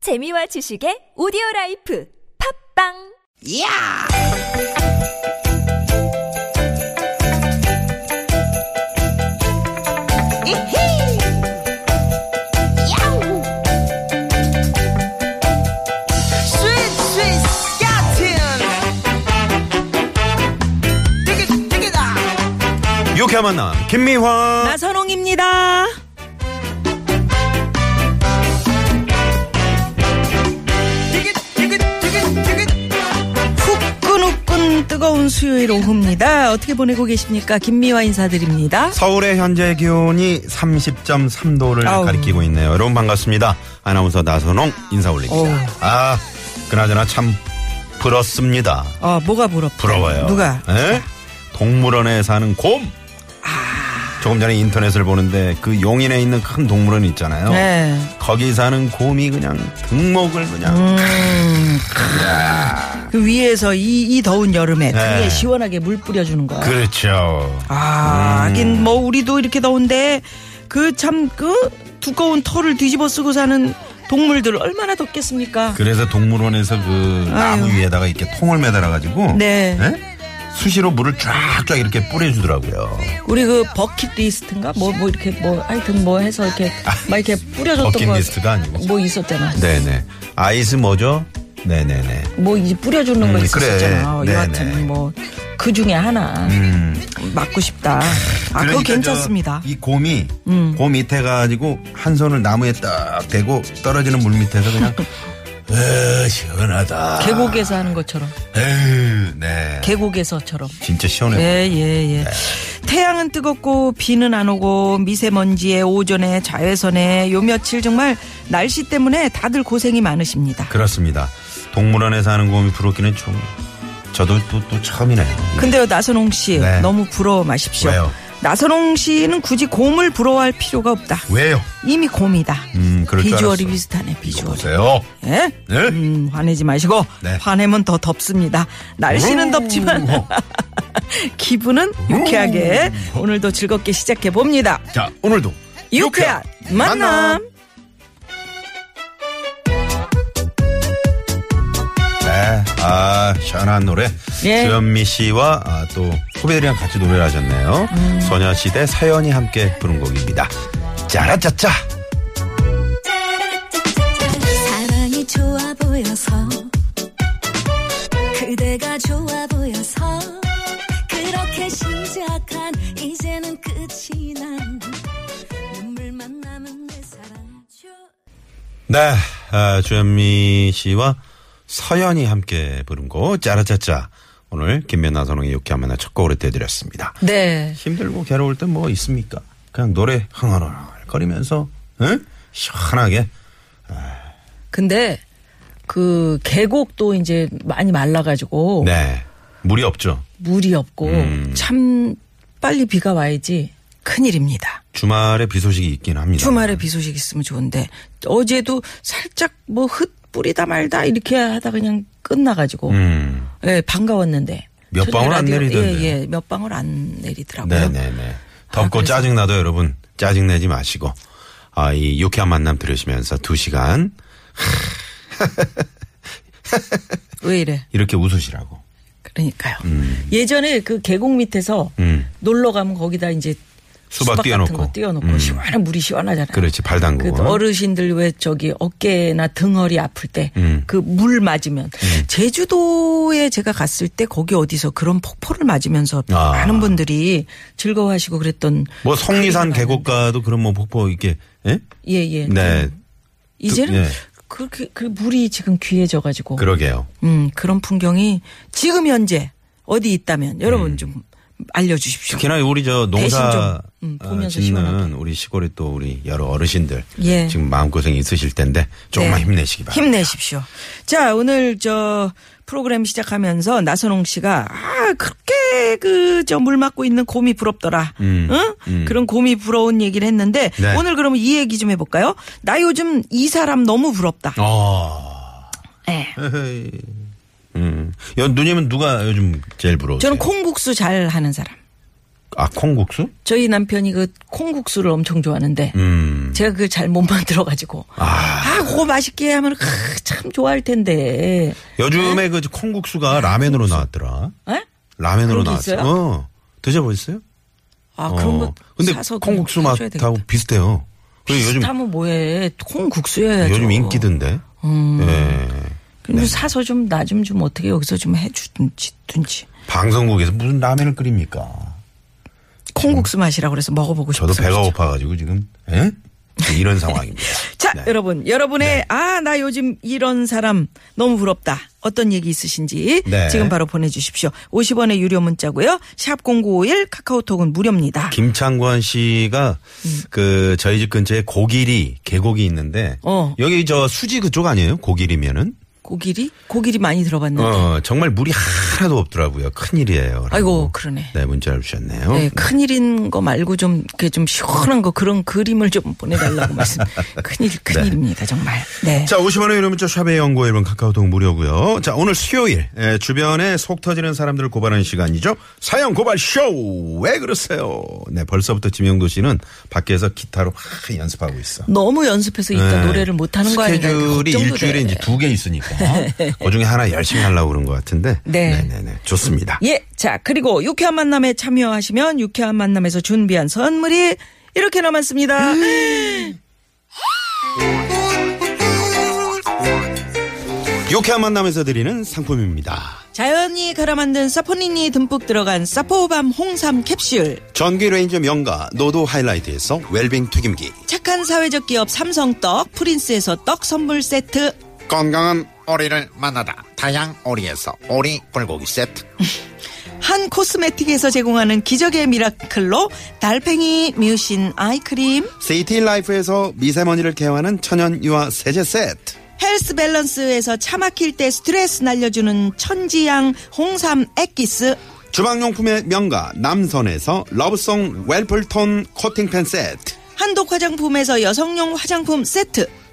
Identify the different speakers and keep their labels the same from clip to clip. Speaker 1: 재미와 지식의 오디오 라이프 팝빵!
Speaker 2: 야! 이히! 야우! 스윗, 스윗, 스카틴! 띠기, 띠기다!
Speaker 3: 유쾌한 만남 김미화
Speaker 4: 나선홍입니다.
Speaker 2: 띠기, 띠기, 띠기, 띠기.
Speaker 4: 후끈후끈 뜨거운 수요일 오후입니다. 어떻게 보내고 계십니까? 김미화 인사드립니다.
Speaker 3: 서울의 현재 기온이 30.3도를
Speaker 4: 아우.
Speaker 3: 가리키고 있네요 여러분 반갑습니다 아나운서 나선홍 인사 올립니다
Speaker 4: 어우.
Speaker 3: 아 그나저나 참 부럽습니다
Speaker 4: 어, 뭐가 부럽다.
Speaker 3: 부러워요
Speaker 4: 누가?
Speaker 3: 에? 동물원에 사는 곰
Speaker 4: 아.
Speaker 3: 조금 전에 인터넷을 보는데 그 용인에 있는 큰 동물원 있잖아요
Speaker 4: 네.
Speaker 3: 거기 사는 곰이 그냥 등목을 그냥
Speaker 4: 음, 그 위에서 이, 이 더운 여름에
Speaker 3: 네.
Speaker 4: 등에 시원하게 물 뿌려주는 거야.
Speaker 3: 그렇죠 음.
Speaker 4: 아, 하긴 뭐 우리도 이렇게 더운데 그 참 그 두꺼운 털을 뒤집어 쓰고 사는 동물들 얼마나 덥겠습니까?
Speaker 3: 그래서 동물원에서 그 나무
Speaker 4: 아유.
Speaker 3: 위에다가 이렇게 통을 매달아 가지고 예?
Speaker 4: 네.
Speaker 3: 수시로 물을 쫙쫙 이렇게 뿌려주더라고요.
Speaker 4: 우리 그 버킷리스트인가? 뭐, 뭐 이렇게 뭐 하여튼 뭐 해서 이렇게 막 이렇게 뿌려줬던
Speaker 3: 버킷리스트가 아니고.
Speaker 4: 거 뭐 있었잖아.
Speaker 3: 네네. 아이스 뭐죠? 네네네.
Speaker 4: 뭐 이제 뿌려주는
Speaker 3: 음,
Speaker 4: 거
Speaker 3: 그래.
Speaker 4: 있었잖아.
Speaker 3: 네네. 음.
Speaker 4: 여하튼 뭐 그 중에 하나 맞고 싶다. 아 그거
Speaker 3: 그러니까
Speaker 4: 괜찮습니다. 음.
Speaker 3: 저, 이 곰이 곰 밑에 가지고 한 손을 나무에 딱 대고 떨어지는 물 밑에서 그냥 으 시원하다.
Speaker 4: 계곡에서 하는 것처럼
Speaker 3: 에휴, 네.
Speaker 4: 계곡에서처럼.
Speaker 3: 진짜 시원해.
Speaker 4: 예, 예, 예.
Speaker 3: 네.
Speaker 4: 태양은 뜨겁고 비는 안 오고 미세먼지에 오전에 자외선에 요 며칠 정말 날씨 때문에 다들 고생이 많으십니다.
Speaker 3: 그렇습니다. 동물원에 사는 곰이 부럽기는 좀 저도 또, 또 처음이네요.
Speaker 4: 근데요 나선홍 씨
Speaker 3: 네.
Speaker 4: 너무 부러워 마십시오.
Speaker 3: 왜요?
Speaker 4: 나선홍 씨는 굳이 곰을 부러워할 필요가 없다.
Speaker 3: 왜요?
Speaker 4: 이미 곰이다.
Speaker 3: 음, 그럴 줄
Speaker 4: 비주얼이
Speaker 3: 알았어.
Speaker 4: 비슷하네
Speaker 3: 이거
Speaker 4: 비주얼.
Speaker 3: 보세요.
Speaker 4: 예?
Speaker 3: 네?
Speaker 4: 음, 화내지 마시고
Speaker 3: 네.
Speaker 4: 화내면 더 덥습니다.
Speaker 3: 음,
Speaker 4: 날씨는 덥지만
Speaker 3: 오.
Speaker 4: 기분은 유쾌하게 오늘도 즐겁게 시작해 봅니다.
Speaker 3: 자, 오늘도
Speaker 4: 유쾌한 만남.
Speaker 3: 네, 아 시원한 노래.
Speaker 4: 예.
Speaker 3: 주현미 씨와 아, 또 후배들이랑 같이 노래를 하셨네요.
Speaker 4: 음.
Speaker 3: 소녀시대 서연이 함께 부른 곡입니다. 짜라짜짜.
Speaker 5: 사랑이 좋아 보여서 그대가 좋아 보여서 그렇게 시작한 이제는 끝이 난 눈물만 남은 내 사랑
Speaker 3: 네, 아, 주현미 씨와 서연이 함께 부른 곡 짜라짜짜. 오늘 김연아 선홍의 유쾌한 만나 첫 곡으로 대드렸습니다.
Speaker 4: 네.
Speaker 3: 힘들고 괴로울 때 뭐 있습니까? 그냥 노래 흥얼흥얼거리면서 응? 시원하게
Speaker 4: 근데 그 계곡도 이제 많이 말라가지고
Speaker 3: 네 물이 없죠.
Speaker 4: 물이 없고 참 빨리 비가 와야지 큰일입니다.
Speaker 3: 주말에 비 소식이 있긴 합니다.
Speaker 4: 주말에 비 소식 있으면 좋은데 어제도 살짝 뭐 흩 뿌리다 말다 이렇게 하다 그냥 끝나가지고
Speaker 3: 음.
Speaker 4: 예, 반가웠는데
Speaker 3: 몇
Speaker 4: 저녁에
Speaker 3: 방울 안
Speaker 4: 라디오-
Speaker 3: 내리던데.
Speaker 4: 예, 예, 몇 방울 안 내리더라고요.
Speaker 3: 네네네. 덥고
Speaker 4: 아, 그래서-
Speaker 3: 짜증나도 여러분 짜증내지 마시고 아, 이 유쾌한 만남 들으시면서 두 시간
Speaker 4: 왜 이래?
Speaker 3: 이렇게 웃으시라고.
Speaker 4: 그러니까요. 예전에 그 계곡 밑에서
Speaker 3: 음.
Speaker 4: 놀러 가면 거기다 이제
Speaker 3: 수박
Speaker 4: 같은
Speaker 3: 띄워놓고.
Speaker 4: 거 띄워놓고
Speaker 3: 음.
Speaker 4: 시원한 물이 시원하잖아요.
Speaker 3: 그렇지, 발 담그고.
Speaker 4: 그 어르신들 왜 저기 어깨나 등허리 아플 때
Speaker 3: 음.
Speaker 4: 그 물 맞으면 제주도에 제가 갔을 때 거기 어디서 그런 폭포를 맞으면서
Speaker 3: 아.
Speaker 4: 많은 분들이 즐거워하시고 그랬던
Speaker 3: 뭐 성리산 계곡가도 그런 뭐 폭포 이게 예?
Speaker 4: 아, 예예 그
Speaker 3: 네
Speaker 4: 이제는
Speaker 3: 예.
Speaker 4: 그렇게 그 물이 지금 귀해져 가지고
Speaker 3: 그러게요.
Speaker 4: 음 그런 풍경이 지금 현재 어디 있다면 여러분 좀 알려주십시오.
Speaker 3: 특히나 우리 저
Speaker 4: 대신
Speaker 3: 농사
Speaker 4: 좀, 음,
Speaker 3: 어,
Speaker 4: 보면서
Speaker 3: 짓는
Speaker 4: 시원하게.
Speaker 3: 우리 시골에 또 우리 여러 어르신들
Speaker 4: 예.
Speaker 3: 지금 마음고생 있으실 텐데 조금만
Speaker 4: 네.
Speaker 3: 힘내시기 바랍니다.
Speaker 4: 힘내십시오. 자, 오늘 저 프로그램 시작하면서 나선홍 씨가 아, 그렇게 그 저 물 맞고 있는 곰이 부럽더라. 응? 그런 곰이 부러운 얘기를 했는데
Speaker 3: 네.
Speaker 4: 오늘 그러면 이 얘기 좀 해볼까요? 나 요즘 이 사람 너무 부럽다.
Speaker 3: 어.
Speaker 4: 예.
Speaker 3: 에헤이. 음. 여, 누님은 누가 요즘 제일 부러우세요?
Speaker 4: 저는 콩국수 잘 하는 사람.
Speaker 3: 아, 콩국수?
Speaker 4: 저희 남편이 그 콩국수를 엄청 좋아하는데
Speaker 3: 음.
Speaker 4: 제가 그걸 잘 못 만들어가지고
Speaker 3: 아.
Speaker 4: 아 그거 맛있게 하면 크, 참 좋아할 텐데 네.
Speaker 3: 요즘에 그 콩국수가 라면으로 나왔더라.
Speaker 4: 에?
Speaker 3: 라면으로
Speaker 4: 그런 게
Speaker 3: 나왔어.
Speaker 4: 있어요?
Speaker 3: 어. 드셔보셨어요?
Speaker 4: 아 그런
Speaker 3: 어.
Speaker 4: 거
Speaker 3: 근데
Speaker 4: 사서
Speaker 3: 콩국수
Speaker 4: 그냥 해줘야
Speaker 3: 맛하고
Speaker 4: 되겠다.
Speaker 3: 비슷해요. 그리고 요즘
Speaker 4: 비슷하면 뭐해 콩국수여야죠 음.
Speaker 3: 요즘 인기던데. 예.
Speaker 4: 그럼 사서 좀 나 좀 좀 어떻게 여기서 좀 해주든지 든지
Speaker 3: 방송국에서 무슨 라면을 끓입니까?
Speaker 4: 콩국수 맛이라고 그래서 먹어보고 싶어요
Speaker 3: 저도 배가 고파가지고 지금 에? 이런 상황입니다.
Speaker 4: 자,
Speaker 3: 네.
Speaker 4: 여러분, 여러분의 아, 나 요즘 이런 사람 너무 부럽다. 어떤 얘기 있으신지
Speaker 3: 네.
Speaker 4: 지금 바로 보내 주십시오. 50원의 유료 문자고요. 샵 0951 카카오톡은 무료입니다.
Speaker 3: 김창권 씨가 그 저희 집 근처에 고길이 계곡이 있는데
Speaker 4: 어.
Speaker 3: 여기 저 수지 그쪽 아니에요? 고길이면은
Speaker 4: 고길이? 고길이 많이 들어봤는데.
Speaker 3: 어 정말 물이 하나도 없더라고요. 큰 일이에요.
Speaker 4: 네. 아이고, 그러네.
Speaker 3: 네 문자를 주셨네요.
Speaker 4: 네, 큰일인 거 말고 좀, 이렇게 좀 시원한 거 그런 그림을 좀 보내달라고 말씀. 큰일, 큰일입니다, 정말. 네.
Speaker 3: 네. 자, 50원의 유료 문자 샵의 연구 1번 카카오톡 무료고요. 자, 오늘 수요일 예, 주변에 속 터지는 사람들을 고발하는 시간이죠. 사연 고발 쇼! 왜 그러세요? 네, 벌써부터 지명도 씨는 밖에서 기타로 막 연습하고 있어.
Speaker 4: 너무 연습해서 이따
Speaker 3: 네.
Speaker 4: 그러니까 노래를 못하는 거 아닌가.
Speaker 3: 스케줄이
Speaker 4: 걱정도
Speaker 3: 일주일에
Speaker 4: 돼.
Speaker 3: 이제 두 개 있으니까 그중에 하나 열심히 하려고 그런 것 같은데
Speaker 4: 네.
Speaker 3: 네네네 좋습니다.
Speaker 4: 예, 자 그리고 유쾌한 만남에 참여하시면 유쾌한 만남에서 준비한 선물이 이렇게 남았습니다.
Speaker 3: 음.
Speaker 4: 예.
Speaker 3: 유쾌한 만남에서 드리는 상품입니다.
Speaker 4: 자연이 갈아 만든 사포닌이 듬뿍 들어간 사포밤 홍삼 캡슐,
Speaker 3: 전기 레인저 명가 노도 하이라이트에서 웰빙 튀김기
Speaker 4: 착한 사회적 기업 삼성떡, 프린스에서 떡 선물 세트,
Speaker 6: 건강한 오리를 만나다 다양 오리에서 오리 불고기 세트
Speaker 4: 한 코스메틱에서 제공하는 기적의 미라클로 달팽이 뮤신 아이크림,
Speaker 3: 세이티 라이프에서 미세먼지를 케어하는 천연 유화 세제 세트
Speaker 4: 헬스 밸런스에서 차 막힐 때 스트레스 날려주는 천지양 홍삼 액기스.
Speaker 3: 주방용품의 명가 남선에서 러브송 웰플톤 코팅팬 세트
Speaker 4: 한독 화장품에서 여성용 화장품 세트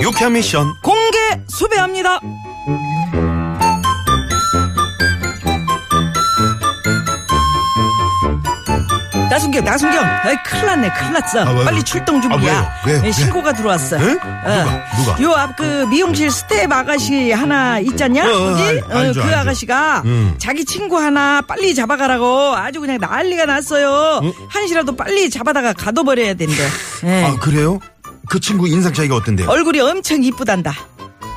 Speaker 3: 유쾌 미션
Speaker 4: 공개 수배합니다. 나순경, 나순경, 아이, 큰일 났네, 큰일 났어.
Speaker 3: 아, 왜요?
Speaker 4: 빨리 출동 준비야.
Speaker 3: 아, 왜요? 왜요?
Speaker 4: 예, 신고가 들어왔어.
Speaker 3: 에? 누가? 누가?
Speaker 4: 요 앞 그 미용실 스텝 아가씨 하나 있잖냐?
Speaker 3: 어, 어,
Speaker 4: 뭐지?
Speaker 3: 알- 알죠,
Speaker 4: 그
Speaker 3: 알죠.
Speaker 4: 아가씨가
Speaker 3: 음.
Speaker 4: 자기 친구 하나 빨리 잡아가라고 아주 그냥 난리가 났어요. 한시라도 빨리 잡아다가 가둬버려야 된대. 예.
Speaker 3: 음. 아 그래요? 그 친구 인상 차이가 어떤데요?
Speaker 4: 얼굴이 엄청 이쁘단다.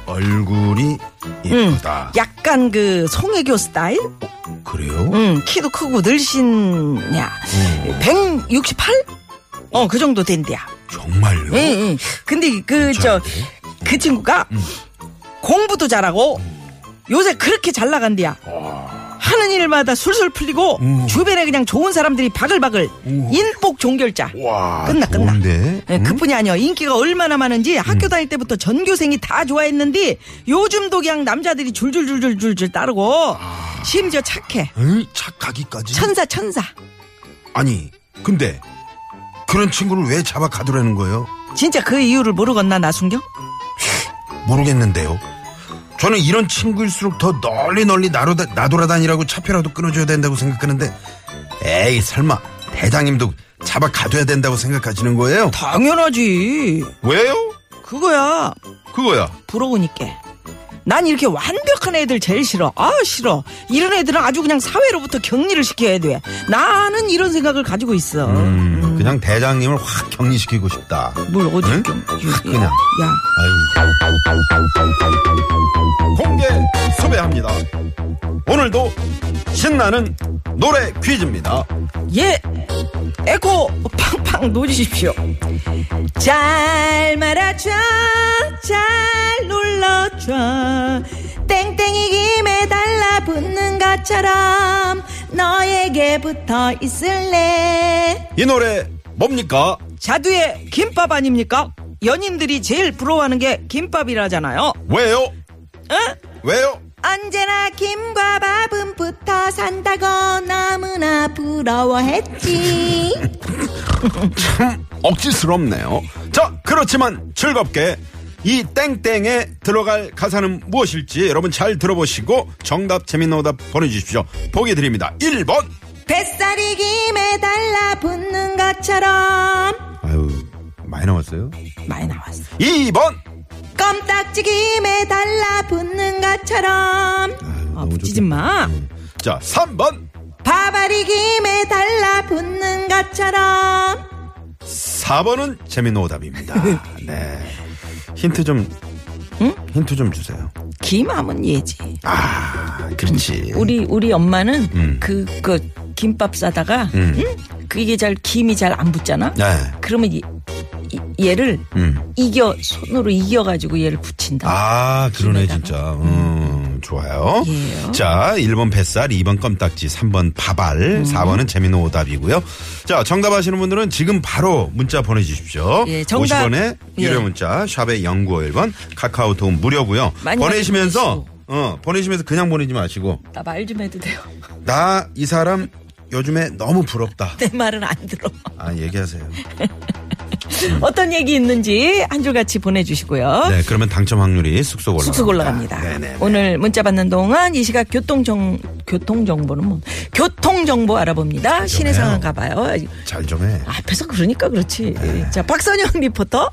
Speaker 3: 얼굴이 예쁘다.
Speaker 4: 약간 그 송혜교 스타일?
Speaker 3: 그래요?
Speaker 4: 음, 키도 크고 늘씬냐. 168? 어, 그 정도 된대야.
Speaker 3: 정말요?
Speaker 4: 응, 응. 근데 그, 저, 그 친구가 공부도 잘하고 요새 그렇게 잘 나간대야. 하는 일마다 술술 풀리고 주변에 그냥 좋은 사람들이 바글바글 인복 종결자.
Speaker 3: 와
Speaker 4: 끝나, 끝나.
Speaker 3: 좋은데?
Speaker 4: 예, 그뿐이 아니요 인기가 얼마나 많은지 학교 다닐 때부터 전교생이 다 좋아했는데 요즘도 그냥 남자들이 줄줄줄줄줄줄 따르고 심지어 착해
Speaker 3: 응? 착하기까지?
Speaker 4: 천사 천사
Speaker 3: 아니 근데 그런 친구를 왜 잡아 가두라는 거예요?
Speaker 4: 진짜 그 이유를 모르겠나 나순경?
Speaker 3: 모르겠는데요. 저는 이런 친구일수록 더 널리 널리 나로다, 나돌아다니라고 차표라도 끊어줘야 된다고 생각하는데 에이 설마 대장님도 잡아 가둬야 된다고 생각하시는 거예요?
Speaker 4: 당연하지
Speaker 3: 왜요?
Speaker 4: 그거야
Speaker 3: 그거야.
Speaker 4: 부러우니까 난 이렇게 완벽한 애들 제일 싫어 아 싫어 이런 애들은 아주 그냥 사회로부터 격리를 시켜야 돼 나는 이런 생각을 가지고 있어
Speaker 3: 음, 그냥 대장님을 확 격리시키고 싶다.
Speaker 4: 뭘 어디
Speaker 3: 응?
Speaker 4: 경-
Speaker 3: 그냥.
Speaker 4: 야
Speaker 3: 아유. 공개 섭외합니다. 오늘도 신나는 노래 퀴즈입니다.
Speaker 4: 예, 에코 팡팡 놓으십시오. 잘 말아줘, 잘 눌러줘. 땡땡이 김에 달라
Speaker 7: 붙는 것처럼 너에게 붙어 있을래
Speaker 3: 이 노래 뭡니까?
Speaker 4: 자두의 김밥 아닙니까? 연인들이 제일 부러워하는 게 김밥이라잖아요. 어?
Speaker 3: 왜요?
Speaker 4: 응?
Speaker 3: 왜요?
Speaker 7: 언제나 김과 밥은 붙어 산다고 너무나 부러워했지
Speaker 3: 억지스럽네요. 자, 그렇지만 즐겁게 이 땡땡에 들어갈 가사는 무엇일지 여러분 잘 들어보시고 정답 재밌는 오답 보내주십시오. 보기 드립니다. 1번.
Speaker 7: 뱃살이 김에 달라 붙는 것처럼
Speaker 3: 아유, 많이 나왔어요.
Speaker 4: 많이 나왔어.
Speaker 3: 2번.
Speaker 7: 껌딱지 김에 달라 붙는 것처럼
Speaker 4: 아, 붙이지 마.
Speaker 3: 자, 3번.
Speaker 7: 밥알이 김에 달라 붙는 것처럼
Speaker 3: 4번은 재밌는 오답입니다. 네. 힌트 좀, 힌트 좀 주세요.
Speaker 4: 김하면 얘지.
Speaker 3: 아, 그렇지.
Speaker 4: 우리 우리 엄마는
Speaker 3: 음.
Speaker 4: 그거 김밥 싸다가 응? 그게 잘 김이 잘 안 붙잖아.
Speaker 3: 네.
Speaker 4: 그러면 이- 이- 얘를
Speaker 3: 음.
Speaker 4: 이겨 손으로 이겨 가지고 얘를 붙인다.
Speaker 3: 아, 그러네, 진짜. 음, 좋아요.
Speaker 4: 예요.
Speaker 3: 자, 1번 뱃살, 2번 껌딱지, 3번 밥알,
Speaker 4: 음.
Speaker 3: 4번은 재미있는 오답이고요. 자, 정답 아시는 분들은 지금 바로 문자 보내주십시오.
Speaker 4: 예, 정답.
Speaker 3: 50원에
Speaker 4: 예.
Speaker 3: 유료 문자, 샵의 0951번, 카카오톡 무료고요.
Speaker 4: 많이
Speaker 3: 보내시면서,
Speaker 4: 많이
Speaker 3: 어, 보내시면서 그냥 보내지 마시고,
Speaker 4: 나 말 좀 해도 돼요.
Speaker 3: 나 이 사람 요즘에 너무 부럽다.
Speaker 4: 내 말은 안 들어.
Speaker 3: 아, 얘기하세요.
Speaker 4: 어떤 얘기 있는지 한 줄 같이 보내주시고요.
Speaker 3: 네, 그러면 당첨 확률이 쑥쑥 올라갑니다.
Speaker 4: 쑥쑥 올라갑니다.
Speaker 3: 네네.
Speaker 4: 오늘 문자 받는 동안 이 시각 교통 정 교통 정보는 뭐 교통 정보 알아봅니다. 시내 상황 가봐요.
Speaker 3: 잘 좀 해.
Speaker 4: 앞에서 그러니까 그렇지. 자 박선영 리포터.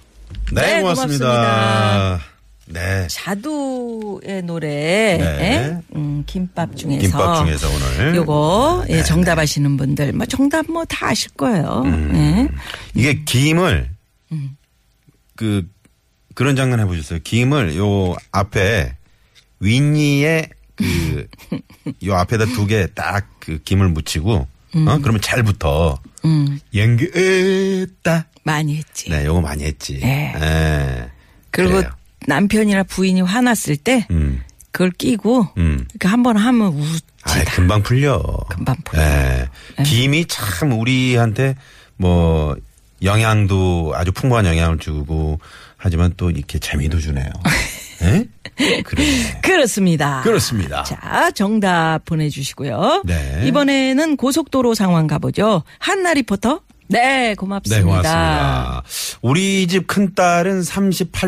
Speaker 3: 네,
Speaker 4: 네, 고맙습니다.
Speaker 3: 고맙습니다. 네.
Speaker 4: 자두의 노래
Speaker 3: 네.
Speaker 4: 예? 음, 김밥 중에서
Speaker 3: 김밥 중에서 오늘. 네.
Speaker 4: 요거 예, 정답 아시는 분들 뭐 정답 뭐 다 아실 거예요.
Speaker 3: 음.
Speaker 4: 예.
Speaker 3: 이게 김을
Speaker 4: 음.
Speaker 3: 그 그런 장난 해보셨어요? 김을 요 앞에 윗니에 그 요 앞에다 두 개 딱 그 김을 묻히고
Speaker 4: 음.
Speaker 3: 어 그러면 잘 붙어. 연기했다.
Speaker 4: 많이 했지.
Speaker 3: 네, 요거 많이 했지.
Speaker 4: 네.
Speaker 3: 예.
Speaker 4: 그리고
Speaker 3: 그래요.
Speaker 4: 남편이나 부인이 화났을 때
Speaker 3: 음.
Speaker 4: 그걸 끼고
Speaker 3: 음.
Speaker 4: 그 한 번 하면 웃지.
Speaker 3: 아, 금방 풀려.
Speaker 4: 금방 풀려. 네.
Speaker 3: 예. 김이 참 우리한테 뭐 영양도 아주 풍부한 영향을 주고 하지만 또 이렇게 재미도 주네요. 예? 그러네.
Speaker 4: 그렇습니다.
Speaker 3: 그렇습니다.
Speaker 4: 자, 정답 보내주시고요.
Speaker 3: 네.
Speaker 4: 이번에는 고속도로 상황 가보죠. 한나 리포터. 네, 고맙습니다.
Speaker 3: 네, 고맙습니다. 우리 집 큰딸은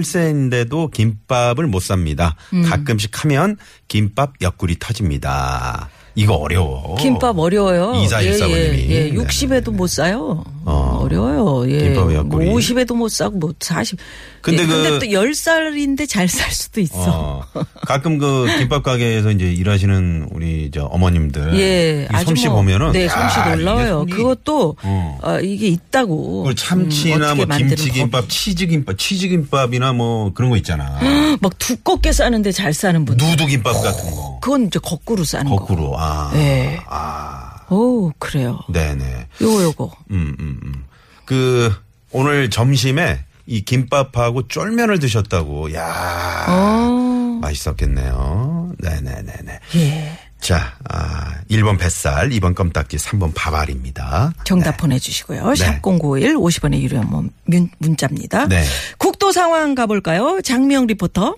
Speaker 3: 38세인데도 김밥을 못 삽니다.
Speaker 4: 음.
Speaker 3: 가끔씩 하면 김밥 옆구리 터집니다. 이거 어려워.
Speaker 4: 김밥 어려워요.
Speaker 3: 이사일사번님이.
Speaker 4: 예, 예, 예.
Speaker 3: 네.
Speaker 4: 60에도 못 사요.
Speaker 3: 어.
Speaker 4: 어. 려요 예.
Speaker 3: 김밥 옆구리.
Speaker 4: 뭐 50에도 못 사고 뭐 40.
Speaker 3: 근데
Speaker 4: 예,
Speaker 3: 그-
Speaker 4: 근데 또 10살인데 잘 살 수도 있어.
Speaker 3: 어, 가끔 그 김밥 가게에서 이제 일하시는 우리 저 어머님들
Speaker 4: 예,
Speaker 3: 네. 이 솜씨
Speaker 4: 뭐-
Speaker 3: 보면은
Speaker 4: 네, 솜씨
Speaker 3: 야, 이게
Speaker 4: 놀라워요.
Speaker 3: 손이
Speaker 4: 그것도
Speaker 3: 어.
Speaker 4: 어, 이게 있다고.
Speaker 3: 그걸 참치나
Speaker 4: 음,
Speaker 3: 뭐
Speaker 4: 어떻게 만드는
Speaker 3: 김치 김밥,
Speaker 4: 법이.
Speaker 3: 치즈 김밥, 치즈 김밥이나 뭐 그런 거 있잖아.
Speaker 4: 막 두껍게 싸는데 잘 싸는 분.
Speaker 3: 누드 김밥 같은 거.
Speaker 4: 그건 이제 거꾸로 싸는 거.
Speaker 3: 거꾸로. 아.
Speaker 4: 예.
Speaker 3: 아.
Speaker 4: 오, 그래요.
Speaker 3: 네, 네.
Speaker 4: 요거 요거.
Speaker 3: 음, 음, 음. 그 오늘 점심에 이 김밥하고 쫄면을 드셨다고. 야. 맛있었겠네요. 네, 네, 네, 네.
Speaker 4: 어. 예.
Speaker 3: 자, 아, 1번 뱃살, 2번 껌딱지, 3번 밥알입니다.
Speaker 4: 정답 보내주시고요.
Speaker 3: 네.
Speaker 4: 샵051 50원의 유료 뭐 문, 문- 문자입니다.
Speaker 3: 네.
Speaker 4: 국도 상황 가볼까요? 장미영 리포터.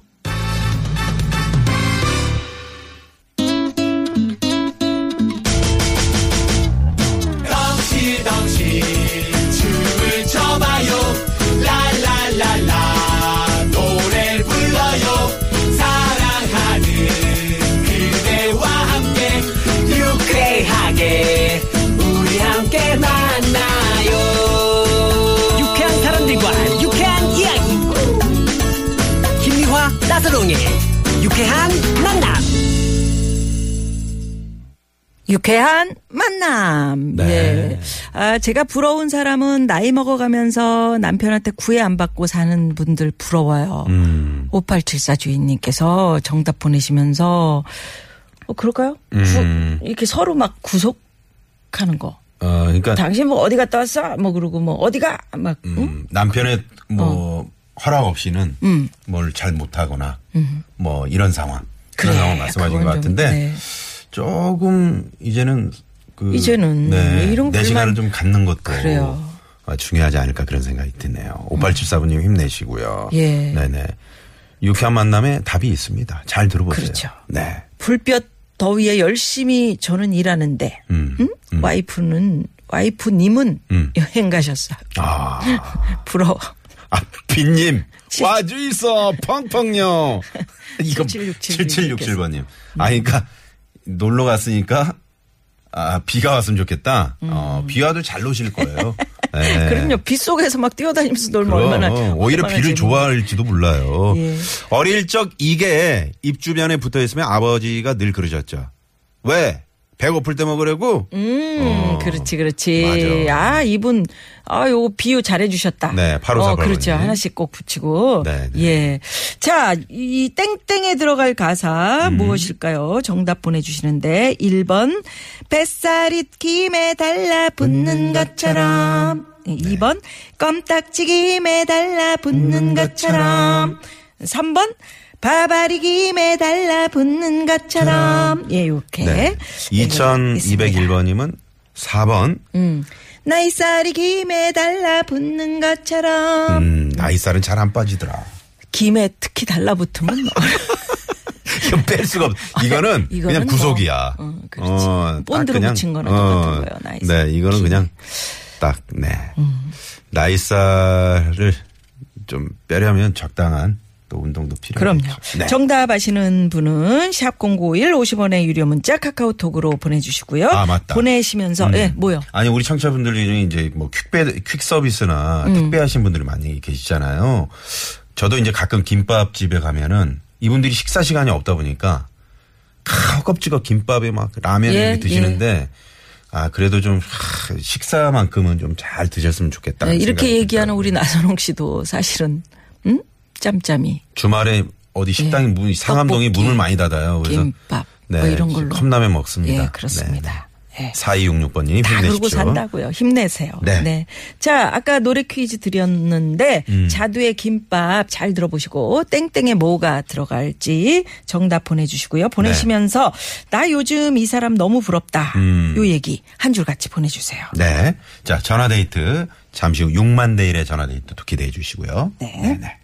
Speaker 8: 유쾌한 사람들과 유쾌한 이야기 김미화 나서롱의 유쾌한 만남
Speaker 4: 유쾌한 만남.
Speaker 3: 네.
Speaker 4: 예. 아, 제가 부러운 사람은 나이 먹어가면서 남편한테 구애 안 받고 사는 분들 부러워요.
Speaker 3: 음.
Speaker 4: 5874 주인님께서 정답 보내시면서, 어, 그럴까요? 구-
Speaker 3: 음.
Speaker 4: 이렇게 서로 막 구속하는 거.
Speaker 3: 어, 그러니까
Speaker 4: 당신 뭐 어디 갔다 왔어? 뭐 그러고 뭐 어디가? 막, 응?
Speaker 3: 음, 남편의 뭐
Speaker 4: 어.
Speaker 3: 허락 없이는
Speaker 4: 음.
Speaker 3: 뭘 잘 못하거나 뭐 이런 상황 그런 상황 말씀하신
Speaker 4: 그건
Speaker 3: 것
Speaker 4: 좀,
Speaker 3: 같은데
Speaker 4: 네.
Speaker 3: 조금 이제는 그
Speaker 4: 이제는 네, 이런
Speaker 3: 내
Speaker 4: 글만-
Speaker 3: 시간을 좀 갖는 것도
Speaker 4: 그래요.
Speaker 3: 아, 중요하지 않을까 그런 생각이 드네요. 5874번님 힘내시고요.
Speaker 4: 예.
Speaker 3: 네네. 유쾌한 만남에 답이 있습니다. 잘 들어보세요.
Speaker 4: 그렇죠.
Speaker 3: 네.
Speaker 4: 불볕 더위에 열심히 저는 일하는데
Speaker 3: 음.
Speaker 4: 응? 와이프는 와이프님은
Speaker 3: 음.
Speaker 4: 여행 가셨어.
Speaker 3: 아.
Speaker 4: 부러워.
Speaker 3: 아, 빈님. 와주 있어. 펑펑요. 이거
Speaker 4: 7767
Speaker 3: 7767번님. 아, 그러니까 놀러 갔으니까 아, 비가 왔으면 좋겠다.
Speaker 4: 음.
Speaker 3: 어, 비 와도 잘 노실 거예요. 네.
Speaker 4: 그럼요. 빗 속에서 막 뛰어다니면서 놀면
Speaker 3: 그럼
Speaker 4: 뭐 얼마나
Speaker 3: 오히려
Speaker 4: 얼마나
Speaker 3: 비를
Speaker 4: 재밌는지.
Speaker 3: 좋아할지도 몰라요.
Speaker 4: 예.
Speaker 3: 어릴 적 이게 입 주변에 붙어 있으면 아버지가 늘 그러셨죠. 왜 배고플 때 먹으려고?
Speaker 7: 어.
Speaker 4: 음, 그렇지, 그렇지.
Speaker 3: 맞아.
Speaker 4: 아 이분, 아, 요 비유 잘해주셨다.
Speaker 3: 네, 바로
Speaker 4: 어,
Speaker 3: 사과로
Speaker 4: 그렇죠.
Speaker 3: 언니.
Speaker 4: 하나씩 꼭 붙이고.
Speaker 3: 네, 네.
Speaker 4: 예. 자, 이 땡땡에 들어갈 가사
Speaker 7: 음.
Speaker 4: 무엇일까요? 정답 보내주시는데. 1번,
Speaker 7: 뱃살이 김에 달라붙는 것처럼
Speaker 4: 2번,
Speaker 7: 껌딱지 김에 달라붙는 것처럼
Speaker 4: 3번.
Speaker 7: 바바리 김에 달라붙는 것처럼
Speaker 4: 예, 요렇게.
Speaker 3: 네.
Speaker 4: 있습니다.
Speaker 3: 2201번님은 4번.
Speaker 4: 음.
Speaker 7: 나이살이 김에 달라붙는 것처럼
Speaker 3: 음, 나이살은 잘 안 빠지더라.
Speaker 4: 김에 특히 달라붙으면.
Speaker 3: 이거 뺄 수가 없. 이거는,
Speaker 4: 이거는
Speaker 3: 그냥
Speaker 4: 뭐,
Speaker 3: 구속이야.
Speaker 4: 어, 그렇지.
Speaker 3: 딱
Speaker 4: 본드로
Speaker 3: 그냥, 어,
Speaker 4: 붙인 거나 똑같은 음. 거예요, 나이살.
Speaker 3: 네, 이거는
Speaker 4: 기.
Speaker 3: 그냥 딱 네. 나이살을 좀 빼려면 적당한 또 운동도 네. 필요해요.
Speaker 4: 그럼요. 정답 아시는 분은 샵0951 50원의 유료 문자 카카오톡으로 보내주시고요.
Speaker 3: 아, 맞다.
Speaker 4: 보내시면서,
Speaker 3: 음.
Speaker 4: 예, 뭐요?
Speaker 3: 아니 우리 청취자분들 중에 이제 뭐 퀵배 퀵 서비스나
Speaker 4: 음.
Speaker 3: 택배 하신 분들이 많이 계시잖아요. 저도 이제 가끔 김밥집에 가면은 이분들이 식사 시간이 없다 보니까 다 허겁지겁 김밥에 막 라면을
Speaker 4: 예,
Speaker 3: 이렇게 드시는데 아 그래도 좀 하, 식사만큼은 좀 잘 드셨으면 좋겠다.
Speaker 4: 네, 이렇게 얘기하는 우리 나선홍 씨도 사실은 음? 짬짬이
Speaker 3: 주말에 어디 식당이
Speaker 4: 예.
Speaker 3: 문 상암동이
Speaker 4: 떡볶이,
Speaker 3: 문을 많이 닫아요. 그래서 네,
Speaker 4: 김밥 뭐 이런 걸로
Speaker 3: 컵라면 먹습니다.
Speaker 4: 예 그렇습니다. 예.
Speaker 3: 4266번님
Speaker 4: 다
Speaker 3: 힘내십시오.
Speaker 4: 그러고 산다고요. 힘내세요.
Speaker 3: 네.
Speaker 4: 자, 아까 노래 퀴즈 드렸는데
Speaker 3: 음.
Speaker 4: 자두의 김밥 잘 들어보시고 땡땡에 뭐가 들어갈지 정답
Speaker 3: 네.
Speaker 4: 보내주시고요. 보내시면서 나 요즘 이 사람 너무 부럽다.
Speaker 3: 음.
Speaker 4: 요 얘기 한 줄 같이 보내주세요.
Speaker 3: 네. 자, 전화데이트. 잠시 후 6만 대일의 전화데이트도 기대해 주시고요.
Speaker 4: 네.
Speaker 3: 네네.